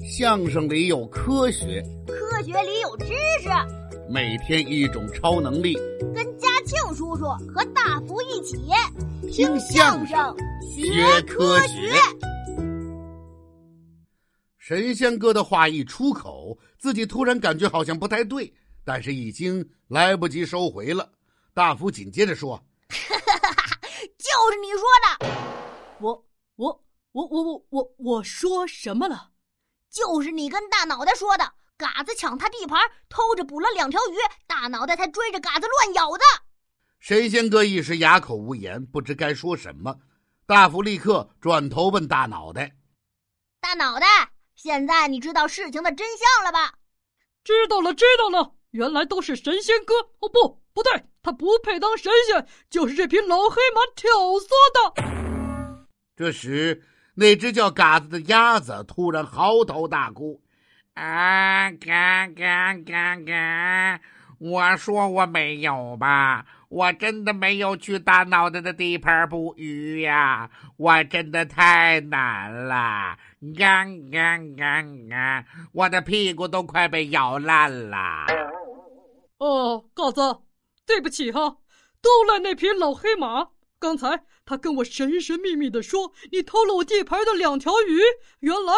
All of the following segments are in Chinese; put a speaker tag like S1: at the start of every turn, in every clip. S1: 相声里有科学，
S2: 科学里有知识，
S1: 每天一种超能力，
S2: 跟嘉庆叔叔和大福一起
S1: 听相声
S2: 学科
S1: 学。神仙哥的话一出口，自己突然感觉好像不太对，但是已经来不及收回了。大福紧接着说
S2: 就是你说的，
S3: 我我我我我我我说什么了？
S2: 就是你跟大脑袋说的。嘎子抢他地盘，偷着捕了两条鱼，大脑袋才追着嘎子乱咬的。：“
S1: 神仙哥一时哑口无言，不知该说什么。”大福立刻转头问大脑袋
S2: 大脑袋，现在你知道事情的真相了吧？
S3: 知道了，知道了，原来都是神仙哥。哦不，不对，他不配当神仙，就是这匹老黑马挑唆的。：“
S1: 这时，那只叫嘎子的鸭子突然嚎啕大哭，
S4: 啊，嘎嘎嘎嘎！我说我没有吧，我真的没有去大脑袋的地盘捕鱼呀、我真的太难了，嘎嘎嘎嘎！我的屁股都快被咬烂了。
S3: 哦，告子，对不起哈，都赖那匹老黑马。刚才他跟我神神秘秘的说，你偷了我地盘的两条鱼，原来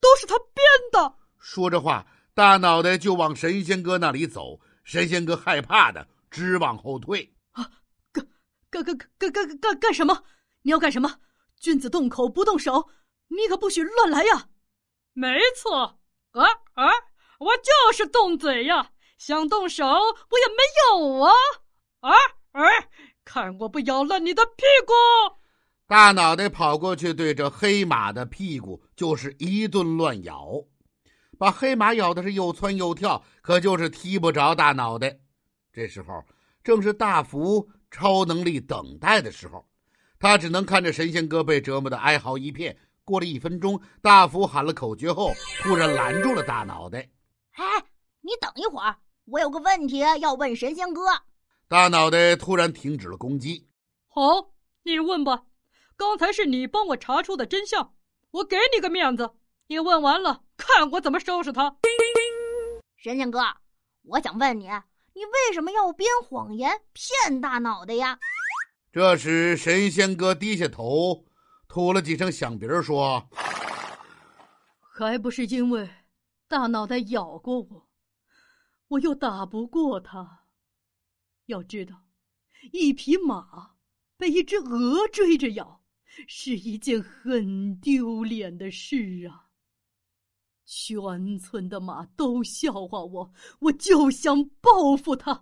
S3: 都是他编的。
S1: 说着话，大脑袋就往神仙哥那里走。神仙哥害怕的直往后退。
S3: 干干干干干干干什么？你要干什么？君子动口不动手，你可不许乱来呀！没错，啊啊，我就是动嘴呀，想动手我也没有啊！啊啊，看我不咬烂你的屁股！
S1: 大脑袋跑过去，对着黑马的屁股就是一顿乱咬，把黑马咬的是又窜又跳，可就是踢不着大脑袋。这时候正是大福超能力等待的时候，他只能看着神仙哥被折磨的哀嚎一片。过了一分钟，大福喊了口诀后，突然拦住了大脑袋。
S2: 哎，你等一会儿，我有个问题要问神仙哥。
S1: 大脑袋突然停止了攻击，
S3: 好，你问吧。刚才是你帮我查出的真相，我给你个面子。你问完了，看我怎么收拾他。
S2: 神仙哥，我想问你，你为什么要编谎言骗大脑袋呀？
S1: 这时，神仙哥低下头，吐了几声响鼻儿，说
S3: 还不是因为大脑袋咬过我，我又打不过他。要知道，一匹马被一只鹅追着咬，是一件很丢脸的事啊。全村的马都笑话我，我就想报复他。：“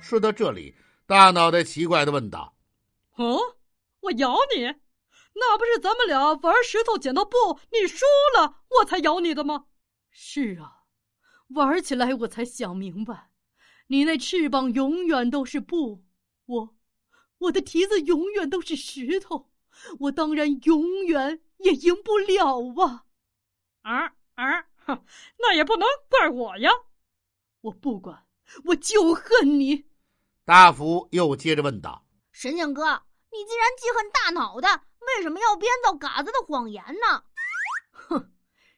S1: 说到这里，大脑袋奇怪的问道
S3: 哦，我咬你，那不是咱们俩玩石头剪刀布，你输了我才咬你的吗？是啊，玩起来我才想明白，你那翅膀永远都是布，我，我的蹄子永远都是石头，我当然永远也赢不了啊！啊啊，哼那也不能怪我呀，我不管，我就恨你。：‘
S1: 大福又接着问道。
S2: 神仙哥，你既然记恨大脑袋，为什么要编造嘎子的谎言呢？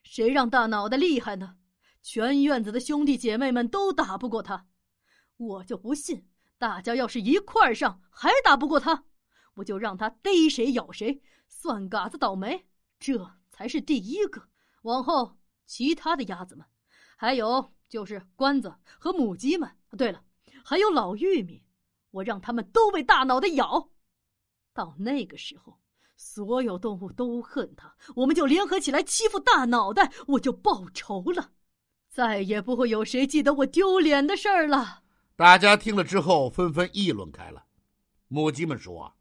S3: 谁让大脑袋厉害呢？全院子的兄弟姐妹们都打不过他，我就不信大家要是一块儿上还打不过他，我就让他逮谁咬谁，算嘎子倒霉。这才是第一个。往后其他的鸭子们，还有就是关子和母鸡们，对了，还有老玉米，我让他们都被大脑袋咬。到那个时候，所有动物都恨他，我们就联合起来欺负大脑袋，我就报仇了，再也不会有谁记得我丢脸的事儿了。
S1: 大家听了之后，纷纷议论开了。母鸡们说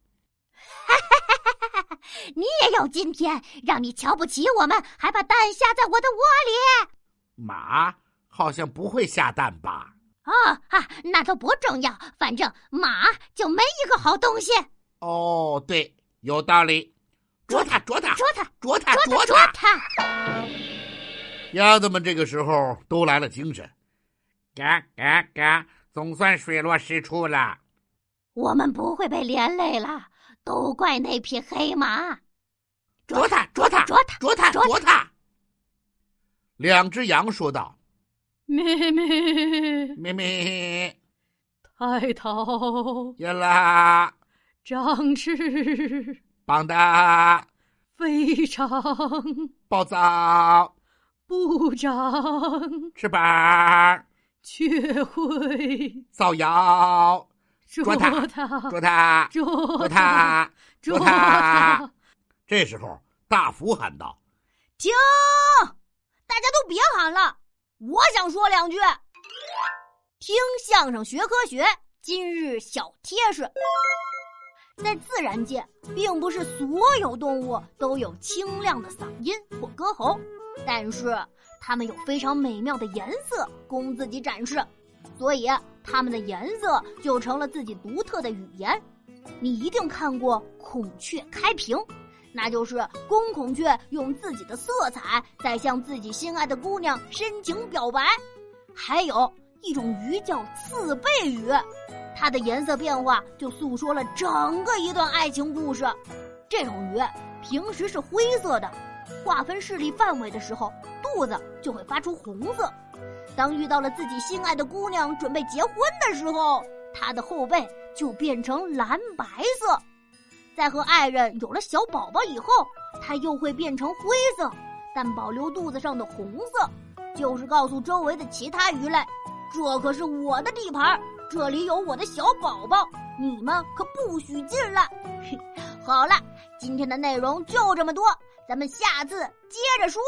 S2: 你也有今天，让你瞧不起我们，还把蛋下在我的窝：‘
S1: 马好像不会下蛋吧
S2: 里。啊啊，那都不重要，反正马就没一个好东西。？’
S1: 哦，对，有道理。啄它，啄它，
S2: 捉它，
S1: 啄它，
S2: 啊捉它，
S1: 啄
S2: 捉
S1: 它！
S2: 它！
S1: 鸭子们这个时候都来了精神。
S4: 嘎嘎嘎！总算水落石出了。
S2: 我们不会被连累了，都怪那匹黑马。
S4: 捉它，捉它，
S2: 啊捉它
S4: 捉它，
S2: 捉它
S4: 捉它！
S1: 两只羊说道
S3: 咩咩：“，
S1: 咩咩，
S3: 抬头
S1: 呀啦，
S3: 长翅，
S1: 棒哒，
S3: 非常
S1: 暴躁，
S3: 不长，
S1: 翅膀，
S3: 却会
S1: 造谣，
S3: 捉
S1: 它
S3: 它，
S1: 捉它，
S3: 捉
S1: 捉它。”
S3: 捉
S1: 捉
S3: 它
S1: 它！这时候，大福喊道
S2: 停！大家都别喊了，我想说两句。听相声学科学，今日小贴士：在自然界，并不是所有动物都有清亮的嗓音或歌喉，但是它们有非常美妙的颜色供自己展示，所以它们的颜色就成了自己独特的语言。你一定看过孔雀开屏。那就是公孔雀用自己的色彩在向自己心爱的姑娘深情表白。还有一种鱼叫刺背鱼，它的颜色变化就诉说了整个一段爱情故事。这种鱼平时是灰色的，划分视力范围的时候，肚子就会发出红色。当遇到了自己心爱的姑娘准备结婚的时候，它的后背就变成蓝白色。在和爱人有了小宝宝以后，它又会变成灰色，但保留肚子上的红色，就是告诉周围的其他鱼类，这可是我的地盘儿，这里有我的小宝宝，你们可不许进来。 嘿，好了，今天的内容就这么多，咱们下次接着说。